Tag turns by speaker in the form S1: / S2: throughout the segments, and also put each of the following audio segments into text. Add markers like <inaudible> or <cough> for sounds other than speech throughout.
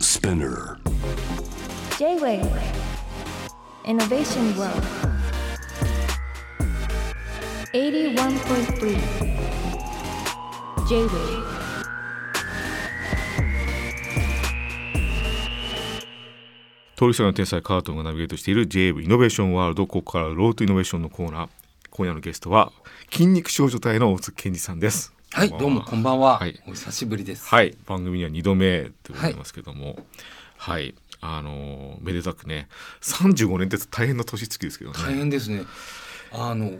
S1: Spinner.
S2: J-Wave Innovation World 81.3 J-Wave
S3: 通りすがりの天才カートンがナビゲートしている JAV イノベーションワールドここからはロートイノベーションのコーナー今夜のゲストは筋肉少女隊の大津健二さんです
S4: はい、
S3: こんばんは
S4: どうもこんばんは。
S3: はい
S4: お久しぶりです。
S3: はい番組には2度目でございますけどもはい、あのーめでたくね35年って大変な年月ですけどね
S4: 大変ですね。あの、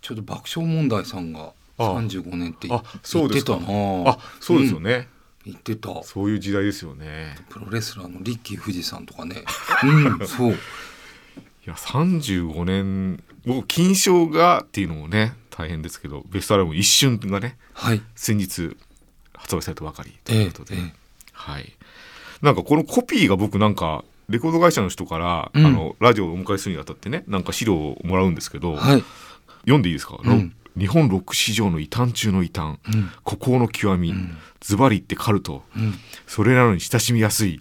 S4: ちょっと爆笑問題さんが
S3: あ
S4: 35年って言
S3: あ
S4: っ
S3: そうで
S4: て
S3: すか
S4: たな
S3: あそうですよね、
S4: 言ってた。
S3: そういう時代ですよね
S4: プロレスラーのリッキー富士さんと
S3: <laughs>
S4: かね。うん、そう。
S3: いや35年僕金賞がっていうのもね大変ですけどベストアルバム「一瞬」がね
S4: はい。
S3: 先日発売されたばかりと
S4: え
S3: い
S4: え
S3: うことで、
S4: ええ
S3: はい、なんかこのコピーが僕なんかレコード会社の人から、
S4: うん
S3: あのラジオをお迎えするにあたってねなんか資料をもらうんですけど、
S4: はい。
S3: 読んでいいですか、ロ
S4: うん
S3: 日本ロック史上の異端中の異端、
S4: うん
S3: 孤高の極み、
S4: ん
S3: ズバリってカルト
S4: うん。
S3: それなのに親しみやすい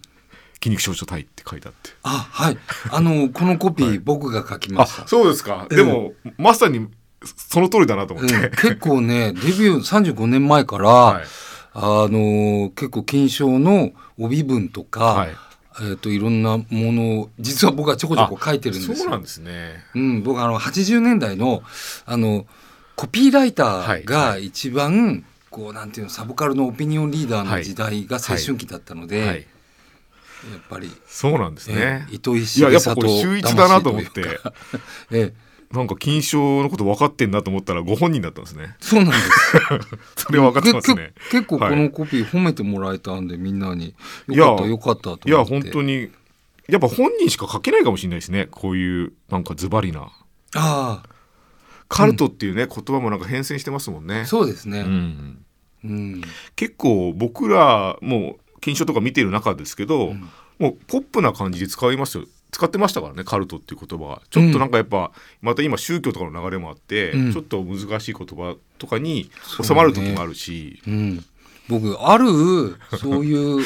S3: 筋肉少女隊って書いてあって
S4: あ、はい。あの、このコピー僕が書きま
S3: あ
S4: した。
S3: そうですか、でもまさにその通りだなと思
S4: う
S3: っ
S4: ん
S3: て、
S4: <laughs> 結構ね、デビュー35年前から、
S3: はい
S4: あの結構金賞の帯文とか、
S3: はい
S4: いえー、といろんなものを実は僕はちょこちょこ書
S3: <laughs>
S4: いてるんですよ。
S3: そうなんですね
S4: うん、僕あの80年代のあのコピーライター
S3: はいは
S4: が一番、こうなんていうのサブカルのオピニオンリーダーの時代が青春期だったので、
S3: はい
S4: やっぱり、
S3: そうなんですね
S4: えー糸井
S3: いや
S4: 重
S3: やっぱこ
S4: 里
S3: れ秀逸だなと思って
S4: 魂いうかええ
S3: なんか金賞のこと分かってんなと思ったらご本人だったんですね <laughs>
S4: そうなんです。
S3: それは分かってます
S4: け
S3: ね
S4: け結構こ
S3: はい
S4: のコピー褒めてもらえたんで、みんなに
S3: い
S4: よかった
S3: や
S4: よかったと思って。
S3: いや本当にやっぱ本人しか書けないかもしれないですねこういうなんかズバリな
S4: あ
S3: カルトっていうね、言葉もなんか変遷してますもんね
S4: あそうです
S3: う
S4: ね。
S3: ん、
S4: うん。
S3: 結構僕らもう金賞とか見てる中ですけど、
S4: うん
S3: もうポップな感じで使いますよ使ってましたからねカルトっていう言葉はちょっとなんかやっぱ、また今宗教とかの流れもあって、
S4: うん
S3: ちょっと難しい言葉とかに収まる時もあるし、
S4: うん、僕あるそ
S3: <laughs>
S4: ういう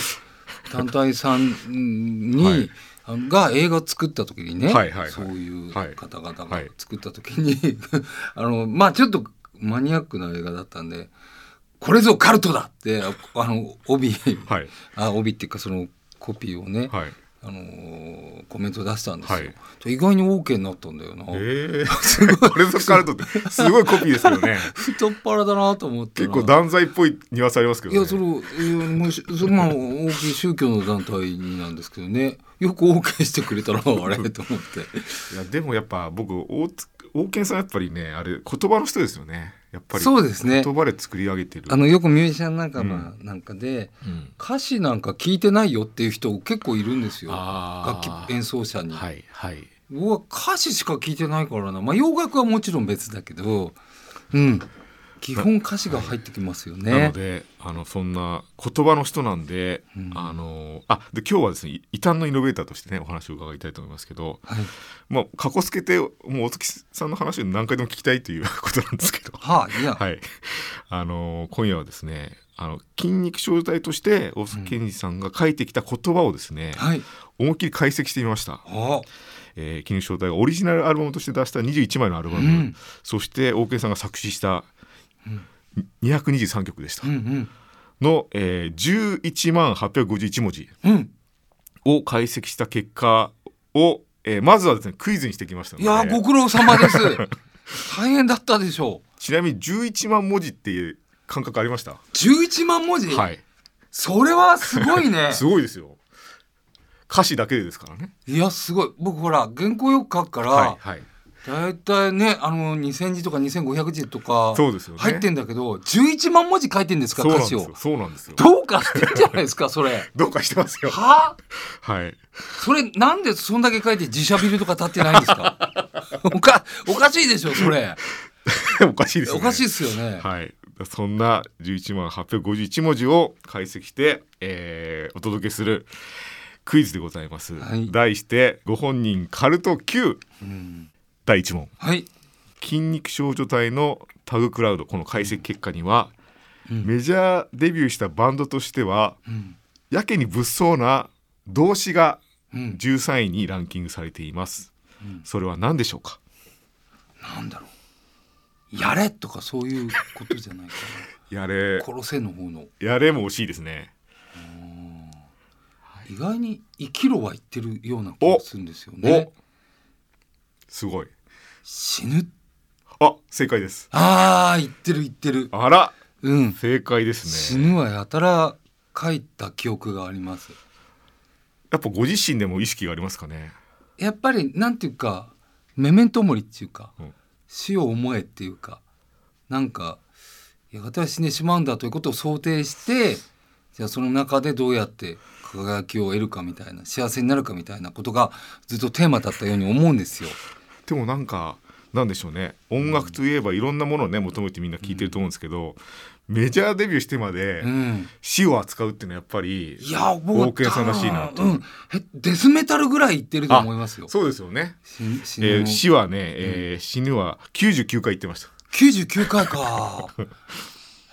S4: 団体さんに、
S3: はい
S4: あのが映画作った時にね、
S3: はいはいはい
S4: そういう方々が
S3: はい
S4: 作った時に、 <laughs> あのまあちょっとマニアックな映画だったんで「これぞカルトだ!」ってあの帯、
S3: はい
S4: あ帯っていうかそのコピーをね、
S3: はい
S4: あのーコメント出したんですよ。
S3: はい
S4: 意外に OK になったんだよな。
S3: えー、すごいこれぞカルトってすごいコピーですよ
S4: <laughs>
S3: ね
S4: 太っ腹だなと思って
S3: 結構断罪っぽいニュアンスありますけど、
S4: い
S3: ね、
S4: やそれをいやもうしそれまあ大きい宗教の団体になんですけどねよく OK してく
S3: <laughs>
S4: れたなあれと思って
S3: いやでもやっぱ僕大津大健さんやっぱりねあれ言葉の人ですよねやっぱり
S4: そうですね
S3: 言葉で作り上げてる
S4: あのよくミュージシャン仲間なんかで、
S3: うん
S4: 歌詞なんか聞いてないよっていう人結構いるんですよ楽
S3: あー
S4: 器演奏者に、
S3: はいはい
S4: 僕は歌詞しか聞いてないからな、まあ、洋楽はもちろん別だけどうん基本歌詞が入ってきますよ
S3: なの
S4: ね。
S3: であのそんな言葉の人なんで、
S4: うん
S3: あのあで今日はですねい異端のイノベーターとしてねお話を伺いたいと思いますけど、
S4: はい、
S3: まあ、かこつけてもう大月さんの話を何回でも聞きたいということなんですけど、
S4: はあいや、
S3: はい、あの今夜はですねあの筋肉症状態として大月健二さんが書いてきた言葉をですね、
S4: はい、
S3: 思いっきり解析してみました、
S4: あ
S3: えー、筋肉症態がオリジナルアルバムとして出した21枚のアルバム、
S4: うん
S3: そして大健さんが作詞した
S4: うん
S3: 223曲でした。
S4: うんうん
S3: の、えー、11万851文字
S4: うん
S3: を解析した結果を、えーまずはですねクイズにしてきましたの
S4: いやー
S3: で
S4: ご苦労様です大変だったでしょう
S3: ちなみに11万文字っていう感覚ありました
S4: 11万文字、
S3: はい
S4: それはすごいね
S3: <laughs> すごいですよ歌詞だけでですからね
S4: いやすごい僕ほら原稿よく書くから、
S3: はいはい
S4: だいたいねあの2000字とか2500字とか
S3: そうですよね
S4: 入ってんだけど、11万文字書いてんですか
S3: そうなんです
S4: 歌詞
S3: よ
S4: を
S3: そうなんですよ
S4: どうかしてんじゃないですかそれ
S3: どうかしてますよ
S4: はあ
S3: はい <laughs>
S4: それなんでそんだけ書いて自社ビルとか立ってないんですか <laughs> おかおかしいでしょそれ、
S3: おかしいですよ
S4: お
S3: ね
S4: かしいですよね、
S3: はいそんな11万851文字を解析して、えーお届けするクイズでございます、
S4: はい
S3: 題してご本人カルト Q
S4: うん
S3: 第1問
S4: はい
S3: 筋肉少女隊のタグクラウドこの解析結果には、
S4: うん
S3: メジャーデビューしたバンドとしては
S4: うん
S3: やけに物騒な動詞が
S4: うん、
S3: 13位にランキングされています、それは何でしょうか
S4: なんだろうやれとかそういうことじゃないか
S3: やれ
S4: な殺せの方の
S3: やれも惜しいですね
S4: 意外に生きろは言ってるような気がするんですよね
S3: おすごい
S4: 死ぬ
S3: あ正解です
S4: あー言ってる言ってる
S3: あら
S4: うん
S3: 正解で
S4: 死
S3: すね
S4: ぬはやたら書いた記憶があります
S3: やっぱご自身でも意識がありますかね
S4: やっぱりなんていうかメメントモリっていうか、
S3: うん
S4: 死を思えっていうかなんかやがては死んでしまうんだということを想定してじゃあその中でどうやって輝きを得るかみたいな幸せになるかみたいなことがずっとテーマだったように思うんですよ。
S3: でもなんかなんでしょうね音楽といえばいろんなものをね求めてみんな聞いてると思うんですけど、メジャーデビューしてまで
S4: うん、
S3: 死を扱うっていうのはやっぱり
S4: いや僕
S3: 大倉さんらしいなと、
S4: うん、へデスメタルぐらいいってると思いますよ。
S3: そうですよね、
S4: 死ぬ死
S3: え
S4: ぬ
S3: ー死はね、えー死ぬは99回言ってました
S4: 99
S3: <laughs>
S4: 回か。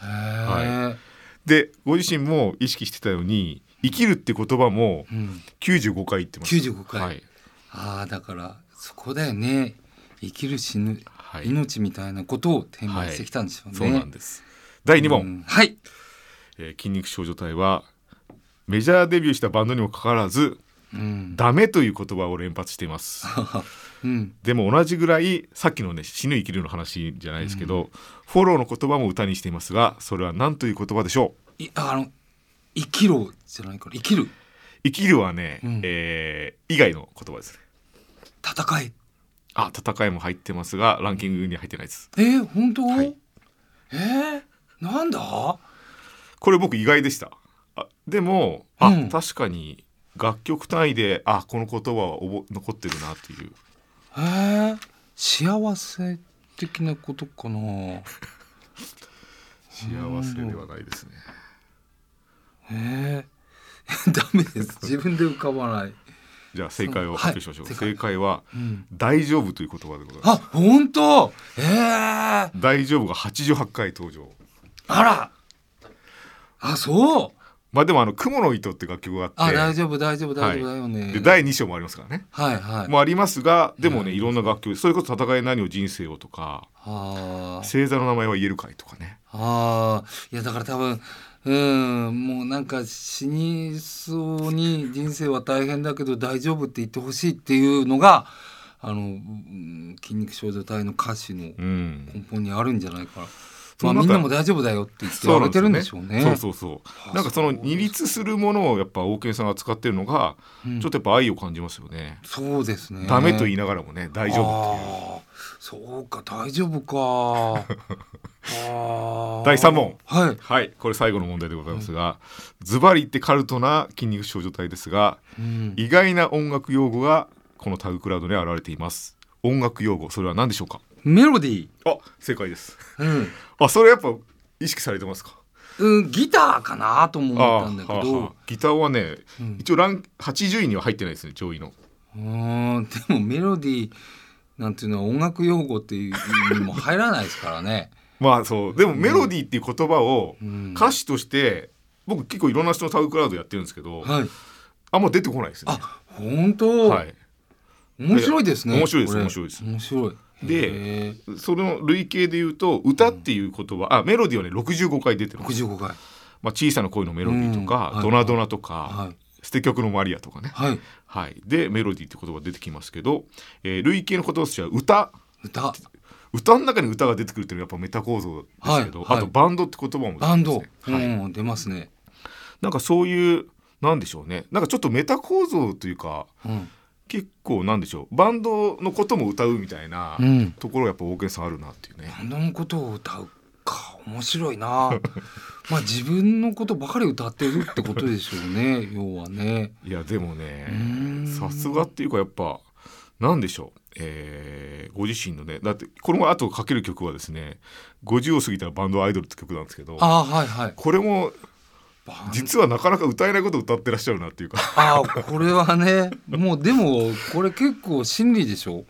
S4: へえ、
S3: でご自身も意識してたように生きるって言葉も
S4: うん
S3: 95回言ってました
S4: 95回
S3: はい
S4: ああだからそこだよね生きる死ぬ、
S3: はい
S4: 命みたいなことをテーマにしてきたんでしょうね。
S3: そうなんです第2問、
S4: うんはい
S3: えー筋肉少女隊はメジャーデビューしたバンドにもかかわらず
S4: うん、
S3: ダメという言葉を連発しています
S4: うん、
S3: でも同じぐらいさっきのね死ぬ生きるの話じゃないですけど、フォローの言葉も歌にしていますがそれは何という言葉でしょう
S4: いあの生きろじゃないから生きる
S3: 生きるはね、
S4: うん
S3: えー以外の言葉ですね
S4: 戦い
S3: あ戦いも入ってますがランキングには入ってないです
S4: えー、本当、
S3: はい
S4: えー、なんだ
S3: これ僕意外でしたあでもあ、
S4: うん
S3: 確かに楽曲単位であこの言葉は覚え残ってるなという
S4: えー、幸せ的なことかなえ
S3: 幸せではないですね
S4: ー、 <laughs> ダメ
S3: <laughs>
S4: です自分で浮かばない、
S3: じゃあ正解を発表しましょう、
S4: はい
S3: 正解は
S4: うん、
S3: 「大丈夫」という言葉でございます
S4: あ本当えー、
S3: 大丈夫が88回登場
S4: あらあそう
S3: まあでもあの「雲の糸」って楽曲があって
S4: あ大丈夫大丈夫大丈夫
S3: は
S4: だ
S3: い
S4: よね、
S3: で第2章もありますからね。
S4: はいはい、
S3: もありますがでもね、
S4: うん
S3: いろんな楽曲それこそ「戦い何を人生を」とか
S4: あ
S3: 「
S4: ー
S3: 星座の名前は言えるかい」とかね
S4: あーいやだから多分うんもうなんか死にそうに人生は大変だけど大丈夫って言ってほしいっていうのがあのうん筋肉少女隊の歌詞の
S3: うん
S4: 根本にあるんじゃないかな、
S3: その
S4: まあ、
S3: 中
S4: みんなも大丈夫だよって言ってやれてるんでしょうね。
S3: そうそうそうなんかその二律するものをやっぱ大健さんが扱ってるのが、
S4: うん
S3: ちょっとやっぱ愛を感じますよね、
S4: そうですね。
S3: ダメと言いながらもね大丈夫っていう
S4: あーそうか大丈
S3: <laughs>
S4: 夫かあー
S3: 第三問
S4: はい
S3: はいこれ最後の問題でございますが、ズバリ言ってカルトな筋肉少女隊ですが
S4: うん
S3: 意外な音楽用語がこのタグクラウドに現れています音楽用語それは何でしょうか
S4: メロディ
S3: あ正解です
S4: ー、
S3: あそれやっぱ意識されてますか
S4: うんうん、ギターかなとも思ったんだけ
S3: あーはあは
S4: ど
S3: あギターはね、
S4: うん
S3: 一応ラン80位には入ってないですね上位の
S4: うーんでもメロディーなんていうのは音楽用語っていうにも入らないですからね。
S3: まあそうでもメロディーっていう言葉を
S4: うん
S3: 歌詞として僕結構いろんな人のタグクラウドやってるんですけど、
S4: はい、
S3: あんま出てこないですね
S4: あ本当、
S3: はい
S4: 面白いですね。
S3: 面白いです
S4: これ
S3: 面白いです
S4: 面白い
S3: で
S4: へー
S3: その類型で言うと歌っていう言葉、あメロディーはね65回出てる、
S4: 65回
S3: まあ、小さな恋のメロディーとか、
S4: うんはい
S3: ドナドナとか、
S4: はい
S3: 捨て曲のマリアとかね
S4: はい
S3: はいでメロディーって言葉出てきますけど、えー類型の言葉としては歌
S4: 歌
S3: 歌の中に歌が出てくるっていうのはやっぱメタ構造ですけど、
S4: はいはい
S3: あとバンドって言葉も出てき
S4: バ
S3: ます
S4: ン
S3: ね
S4: ド、うん出ますね。
S3: なんかそういうなんでしょうねなんかちょっとメタ構造というか
S4: うん
S3: 結構なんでしょうバンドのことも歌うみたいな
S4: うん
S3: ところがやっぱ大健さんあるなっていうね、
S4: バンドのことを歌うか面白いな
S3: <laughs>
S4: まあ自分のことばかり歌ってるってことでしょうね要はね
S3: いやでもね
S4: うーん
S3: さすがっていうかやっぱなんでしょうえーご自身のねだってこの後かける曲はですね50を過ぎたらバンドアイドルって曲なんですけど
S4: ああはいはい
S3: これも
S4: バン
S3: 実はなかなか歌えないことを歌ってらっしゃるなっていうか
S4: ああこれはね <laughs> もうでもこれ結構真理でしょ、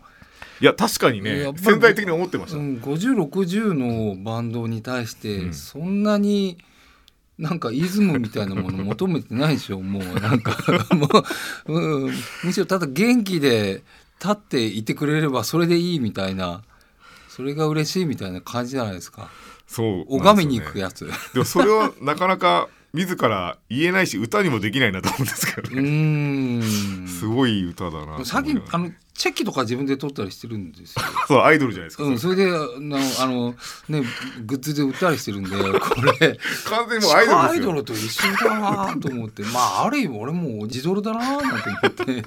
S3: いや確かに
S4: や
S3: ね
S4: っぱり
S3: 潜在的に思ってまし
S4: う
S3: た、
S4: ん、5060のバンドに対し
S3: う
S4: て
S3: ん
S4: そんなに、なんかイズムみたいなもの求めてないでし
S3: <laughs>
S4: ょもうなんかもう、うん、むしろただ元気で立っていてくれればそれでいいみたいなそれが嬉しいみたいな感じじゃないですか
S3: そう
S4: 拝みに行く
S3: や
S4: やつ、
S3: でもそれをなかなか自ら言えないし歌にもできないなと思うんですけど
S4: う
S3: ね、
S4: ー
S3: <laughs>
S4: ん
S3: すごい歌だな
S4: 最近あ
S3: の
S4: のチェキとか自分で撮ったりしてるんですよ
S3: そうアイドルじゃないですか、
S4: うん、それであのあの、ね、グッズで売ったりして
S3: <laughs>
S4: るんでこれ
S3: 完全にもうアイドルですよ
S4: 地下アイドルと一緒だなと思ってまあある意味俺もう自撮りだななんて思って
S3: は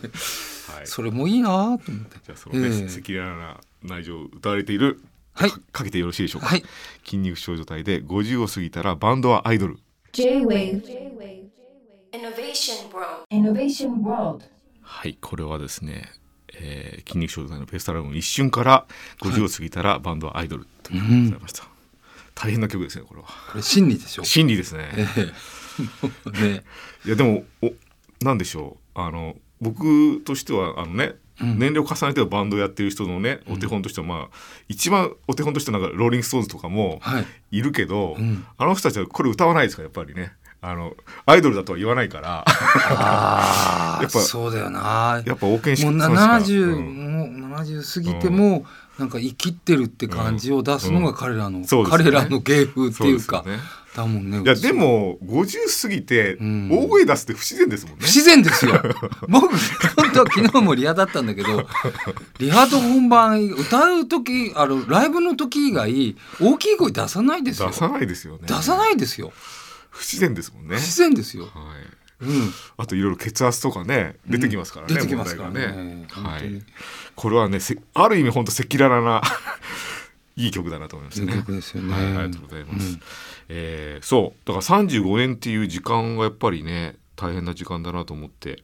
S3: い、
S4: それもいいなと思って
S3: じゃあそのね
S4: ええ
S3: 赤裸々な内情を歌われている、
S4: はい
S3: かかけてよろしいでしょうか、
S4: はい
S3: 筋肉少女隊で50を過ぎたらバンドはアイドル
S2: J-Wave.
S1: Innovation World.
S2: Innovation World.
S3: はいこれはですね、えー、筋肉少女隊のベストアルバム一瞬から50を過ぎたらバンドはアイドルということでございました、大変な曲ですねこれは
S4: これ真理でしょ、
S3: 真理ですね、
S4: ええね
S3: いやでもおなんでしょうあの僕としてはあのね、年齢を重ねてバンドをやってる人のねお手本としては、まあ一番お手本としてはなんかローリング・ストーンズとかも
S4: はい
S3: いるけど、
S4: ん
S3: あの人たちはこれ歌わないですからやっぱりねあのアイドルだとは言わないから
S4: <laughs> あ
S3: や
S4: あ
S3: っぱ
S4: そうだよな
S3: やっぱ王権
S4: もうな70、
S3: うん
S4: もう70過ぎても、なんか生きってるって感じを出すのが彼らの、
S3: そうですね
S4: 彼らの芸風っていうか
S3: そうですよね
S4: だもんね
S3: いやでも50過ぎて
S4: ん
S3: 大声出すって不自然ですもんね
S4: 不、自然ですよ <laughs> 僕本当は昨日もリハだったんだけどリハと本番歌う時あのライブの時以外大きい声出さないですよ
S3: 出さないですよね
S4: 出さないですよ
S3: 不自然ですもんね
S4: 不、自然ですよ、
S3: はい、
S4: うん、
S3: あといろいろ血圧とかね出てきますからね、
S4: 出てきますからね
S3: 問題が
S4: 本
S3: は
S4: 当に
S3: い、これはねせある意味本当赤裸々な <laughs> いい曲だなと思いましたね。
S4: いい曲ですよね
S3: はい、ありがとうございます。
S4: うん
S3: えーそうだから35年っていう時間がやっぱりね大変な時間だなと思って、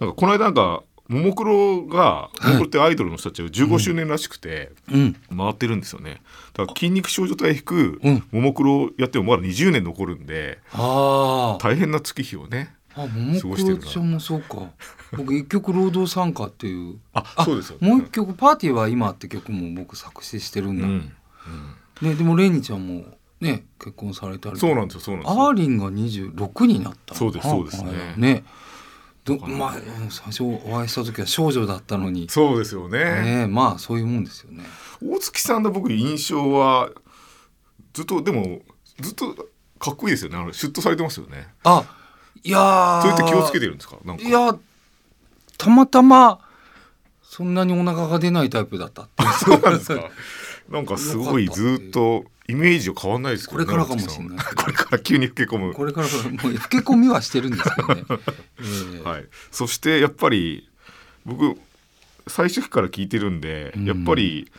S3: なんかこの間なんかももクロがももクロってアイドルの人たちが15周年らしくて。
S4: うん
S3: 回ってるんですよねだから筋肉少女隊引く
S4: うん
S3: ももクロやってもまだ20年残るんで
S4: あー
S3: 大変な月日をね
S4: あも
S3: 過
S4: も
S3: ご
S4: ク
S3: してる
S4: ロ
S3: な
S4: ちゃんもそうか僕一曲労働参加って
S3: <laughs>
S4: いう
S3: あそうですよ
S4: もう一曲「パーティーは今」って曲も僕作詞してるん
S3: う
S4: だ、
S3: ん、
S4: ね、でもレイニちゃんもね結婚されたりとか
S3: そうなんですよそうなんですよ
S4: アーリンが26になったのかな
S3: そうですそうですね
S4: はいねど
S3: だから
S4: まあ最初お会いした時は少女だったのに、
S3: そうですよね。
S4: ね、まあそういうもんですよね。
S3: 大月さんの僕印象はずっとでもずっとかっこいいですよね。あのシュッとされてますよね。
S4: あいやー
S3: そうやって気をつけてるんですか。なんか
S4: いやたまたまそんなにお腹が出ないタイプだったっていう
S3: <laughs> そうなんですか。なんかすごい
S4: よかったって
S3: ずっとイメージが変わんないですけどね。
S4: これからかもしれな
S3: 大
S4: い
S3: 月さん <laughs> これから急に老け込む。
S4: <laughs> これからもう老け込みはしてるんですけど
S3: <laughs>
S4: ね。えー
S3: はい。そしてやっぱり僕最初期から聞いてるんで、
S4: うん
S3: やっぱり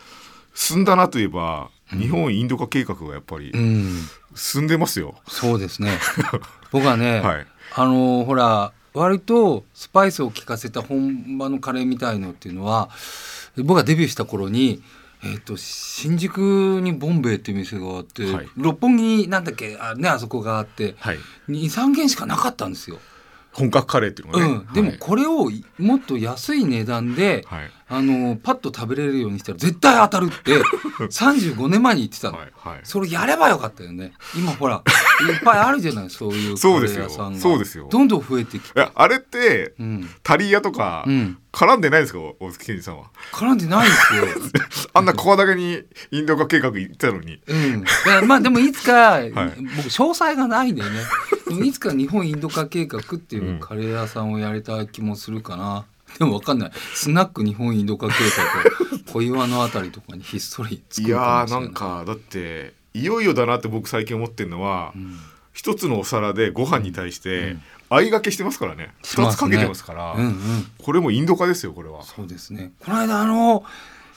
S3: 進んだなといえば日本インド化計画がやっぱり
S4: うん
S3: 進んでますよ。
S4: そうで
S3: <laughs>
S4: すね僕はね、
S3: はい
S4: あのーほら割とスパイスを効かせた本場のカレーみたいのっていうのは僕がデビューした頃に、えー、と新宿にボンベイっていう店があって、
S3: はい
S4: 六本木になんだっけあ,、ね、あそこがあって
S3: はい。
S4: 23軒しかなかったんですよ。
S3: 本格カレーっていうのがね。
S4: うん、でもこれをもっと安い値段で、
S3: はい。はい
S4: あのーパッと食べれるようにしたら絶対当たるって
S3: <laughs>
S4: 35年前に言ってたの。
S3: はいはい。
S4: それやればよかったよね。今ほら、いっぱいあるじゃ
S3: <laughs>
S4: ない、そういう
S3: そ
S4: カ
S3: う
S4: レ
S3: です
S4: ー
S3: よ
S4: 屋さんが。
S3: そうですよ
S4: どんどん増えてき
S3: い
S4: て。
S3: やあれって
S4: うん。
S3: タリヤとか
S4: うん
S3: 絡んでないですか、大月健二さんは
S4: 絡んでないで
S3: <laughs>
S4: すよ。
S3: あん
S4: <laughs>
S3: な声だけにインド化計画行ってたのに
S4: うん。だからまあでもいつか、僕
S3: い
S4: 詳細がないんだよ
S3: <laughs>
S4: ね。でもいつか日本インド化計画っていうカレー屋さんをやりたい気もするかな。でもわかんない。スナック日本インド化計画、小岩のあたりとかにひっそり作
S3: い
S4: るか
S3: や
S4: もし
S3: ーな
S4: れない。
S3: ん。かだっていよいよだなって僕最近思ってるのは、
S4: ん
S3: 一つのお皿でご飯に対して相掛けしてますからね
S4: し
S3: 二、
S4: ま
S3: つ
S4: す
S3: か
S4: ね
S3: けてますから
S4: うんうん。
S3: これもインド化ですよこれは
S4: そうですね。この間あの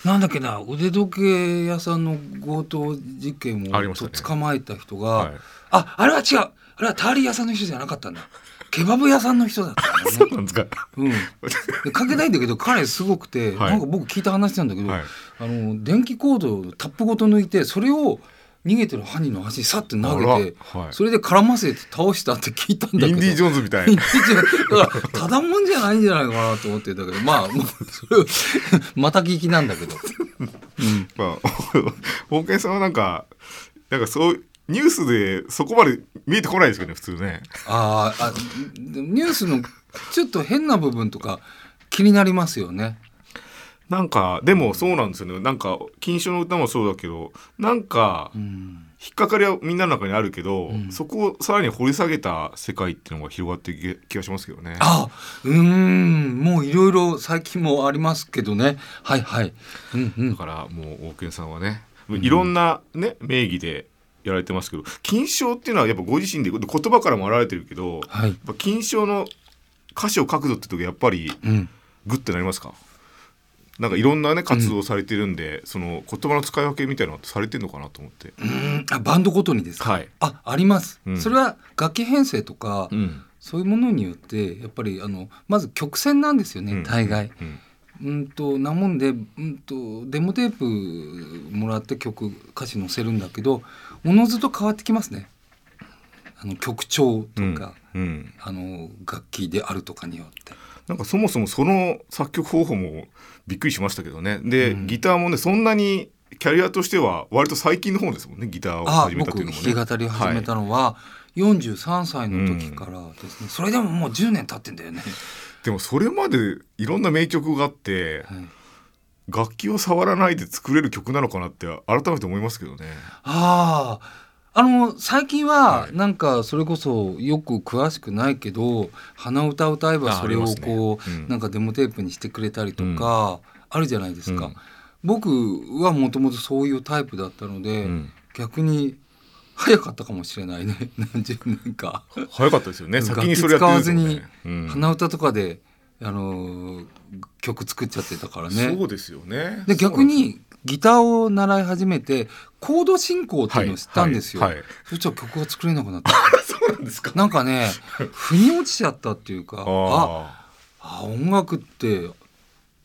S4: なんだっけな腕時計屋さんの強盗事件
S3: ありま
S4: を
S3: した
S4: と
S3: ね
S4: 捕まえた人が、
S3: はい
S4: ああれは違うあれはターリー屋さんの人じゃなかったんだケバブ屋さんの人だったんだ
S3: そ
S4: ね
S3: う。なんですか
S4: うん、でかけないんだけど彼すごくて、
S3: はい
S4: なんか僕聞いた話なんだけど、
S3: はい
S4: あの電気コードをタップごと抜いてそれを逃げてる犯人の足にさって投げ
S3: あ
S4: て、
S3: らはい
S4: それで絡ませて倒したって聞いたんだけど
S3: <laughs> インディ・ジョーンズみたい
S4: いやだからただもんじゃないんじゃないかなと思ってたけど <laughs> まあもうそれまた聞きなんだけど、
S3: <laughs> まあ、王権さんはなんか、なんかそう、ニュースでそこまで見えてこないですよね普通ね
S4: あーあニュースのちょっと変な部分とか気になりますよね。
S3: なんかでもそうなんですよねなんか「金賞の歌」もそうだけどなんか
S4: うん
S3: 引っかかりはみんなの中にあるけど、
S4: ん
S3: そこをさらに掘り下げた世界っていうのが広がっていく気がしますけどね。
S4: あうーんもういろいろ最近もありますけどねはいはい、うんう
S3: だ
S4: ん、
S3: からもう大健さんはねいろんな、ね名義でやられてますけど金賞っていうのはやっぱご自身で言葉からも表れてるけど、や
S4: はい、
S3: っぱ金賞の歌詞を書くぞって時はやっぱり
S4: うん、
S3: グッてなりますかなんかいろんなね活動をされてるんで、その言葉の使い分けみたいなのってされてるのかなと思って。
S4: うーんあバンドごとにですか、
S3: はい
S4: ああります、
S3: うん
S4: それは楽器編成とか、
S3: うん
S4: そういうものによってやっぱりあのまず曲線なんですよね、
S3: うん
S4: 大概。
S3: うん
S4: うんとなもんで、うん、とデモテープもらって曲歌詞載せるんだけどおのずと変わってきますねあの曲調とか、
S3: うんうん
S4: あの楽器であるとかによって。
S3: なんかそもそもその作曲方法もびっくりしましたけどねで、
S4: うん
S3: ギターもねそんなにキャリアとしては割と最近の方ですもんねギターを
S4: あ
S3: 始めたって
S4: 僕
S3: いう
S4: 弾
S3: のも
S4: き
S3: ね。
S4: 語り始めたのは、43歳の時からですね、それでももう10年経ってんだよね。
S3: でもそれまでいろんな名曲があって
S4: はい
S3: 楽器を触らないで作れる曲なのかなって改めて思いますけどね。
S4: ああ。あの最近は
S3: はい
S4: なんかそれこそよく詳しくないけど鼻歌を歌えば
S3: あ
S4: それを
S3: ありますね
S4: こ
S3: うん
S4: うなんかデモテープにしてくれたりとかあるじゃないです
S3: う
S4: か
S3: ん
S4: 僕はもともとそういうタイプだったので
S3: うん
S4: 逆に早かったかもしれないね <laughs> 何十年か
S3: 早かったですよね
S4: 楽
S3: 先に
S4: 器
S3: それ
S4: 使
S3: や
S4: わ
S3: って
S4: ず
S3: るんです
S4: に
S3: よね。うん
S4: 鼻歌とかであのー曲作っちゃってたからね
S3: そうですよね。
S4: で逆にギターを習い始めてコード進行っていうのを知ったんですよ、
S3: はいはいはい
S4: そしたら曲が作れなくなった
S3: <laughs> そうなんですか。
S4: なんかね腑に落ちちゃったっていうかあ
S3: あ
S4: あ音楽って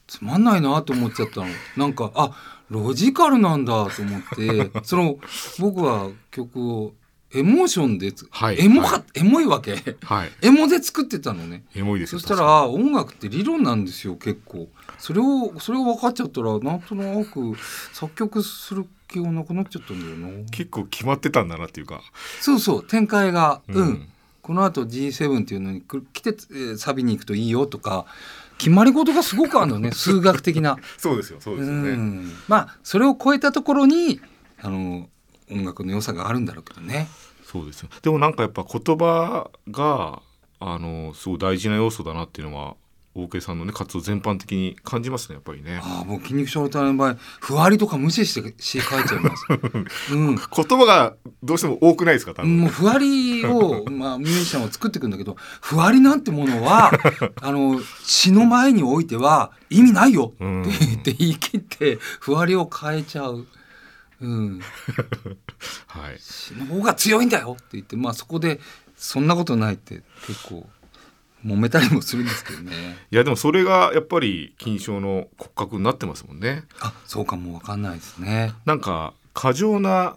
S4: つまんないなと思っちゃったのなんかあロジカルなんだと思って
S3: <laughs>
S4: その僕は曲をエモーションでつ、
S3: はい
S4: エモか、エモいわけ
S3: あはい。
S4: エモで作ってたのね
S3: エモいです
S4: そ
S3: よ。
S4: した
S3: 確から
S4: 音楽って理論なんですよ結構それをそれを分かっちゃったらなんとなく作曲する気がなくなっちゃったんだよな
S3: に結構決まってたんだなっていうか。
S4: そうそう展開がうん、このあと G7 っていうのにく来て、えーサビに行くといいよとか決まり事がすごくある <laughs> のね数学的な
S3: そうですよそう
S4: う
S3: ですよね。
S4: んまあそれを超えたところにあの音楽の良さがあるんだろうけどね
S3: そうですよ。でもなんかやっぱ言葉があのすごい大事な要素だなっていうのは大慶さんのね活動全般的に感じますねやっぱりね。
S4: ああもう筋肉症の大変の場合ふわりとか無視して詩書いちゃいます、 <laughs> うん、
S3: 言葉がどうしても多くないですか多分。
S4: もうふわ
S3: <laughs>
S4: りを、まあ、ミュージシャンは作っていくんだけどふわりなんてもの
S3: <laughs>
S4: はあの詩の前においては意味ないよって
S3: うん
S4: 言って言い切ってふわりを変えちゃう、うん、
S3: はい。
S4: 詩の方が強いんだよって言って、まあ、そこでそんなことないって結構揉めたりもするんですけど
S3: <laughs>
S4: ね
S3: いやでもそれがやっぱり金賞の骨格になってますもんね。
S4: あそうかもわかんないですね。
S3: なんか過剰な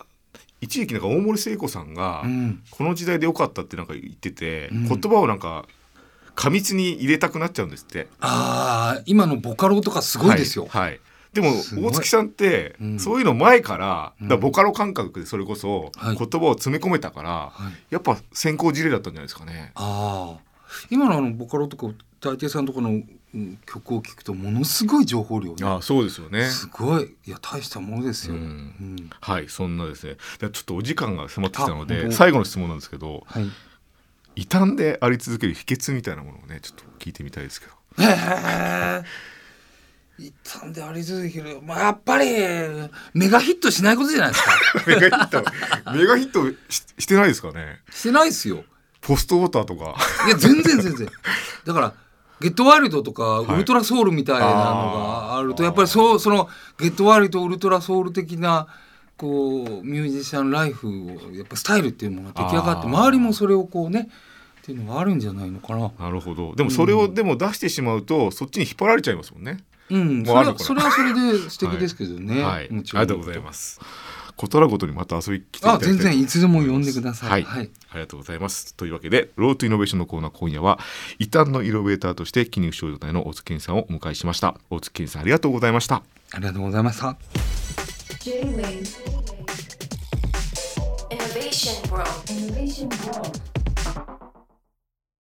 S3: 一時期なんか大森聖子さんが、
S4: うん
S3: この時代で良かったってなんか言ってて、
S4: うん
S3: 言葉をなんか過密に入れたくなっちゃうんですって。
S4: ああ今のボカロとかすごいですよ。
S3: はい。はいでも
S4: すごい
S3: 大月さんって
S4: うん
S3: そういうの前から,、
S4: うん
S3: ボカロ感覚でそれこそ
S4: はい
S3: 言葉を詰め込めたから、
S4: はい
S3: やっぱ先行事例だったんじゃないですかね。
S4: ああ今のあのボカロとか大抵さんとこのうん曲を聴くとものすごい情報量ね
S3: あそうですよね
S4: すごいいや大したものですよ、
S3: うん
S4: うん
S3: はいそんなですねではちょっとお時間が迫ってきたの
S4: あ本
S3: で
S4: 当
S3: 最後の質問なんですけど
S4: はい、
S3: 異端であり続ける秘訣みたいなものをねちょっと聞いてみたい <laughs> ですけど。
S4: ええ一旦であり続ける、まあ、やっぱりメガヒットしないことじゃないで
S3: <laughs>
S4: すか
S3: メガヒット、メガヒットししてないですかね。
S4: してないですよ
S3: ポストウォーターとか。
S4: いや全然全然だからゲットワイルドとか、
S3: はい
S4: ウルトラソウルみたいなのがあるとやっぱりそうそのゲットワイルドウルトラソウル的なこうミュージシャンライフをやっぱスタイルっていうものが出来上がって
S3: あー
S4: 周りもそれをこうねっていうのがあるんじゃないのかな。
S3: <laughs> なるほど。でもそれをでも出してしまうと、そっちに引っ張られちゃいますもんね。
S4: うん、
S3: も
S4: そう
S3: あ
S4: れ
S3: る
S4: は
S3: から
S4: それはそれで素敵ですけどね。
S3: はい。あり
S4: も
S3: がとうございます。ことらごとにまた遊びに来ていただ
S4: あ、
S3: きたい
S4: 全然いつでも呼んでください。
S3: はい、ありがとうございますというわけでロートイノベーションのコーナー今夜は異端のイノベーターとして筋肉症状態の大津健さんをお迎えしました大津健さんありがとうございました
S4: ありがとうございました。
S1: J-Wave. Innovation. Innovation World.
S2: Innovation World.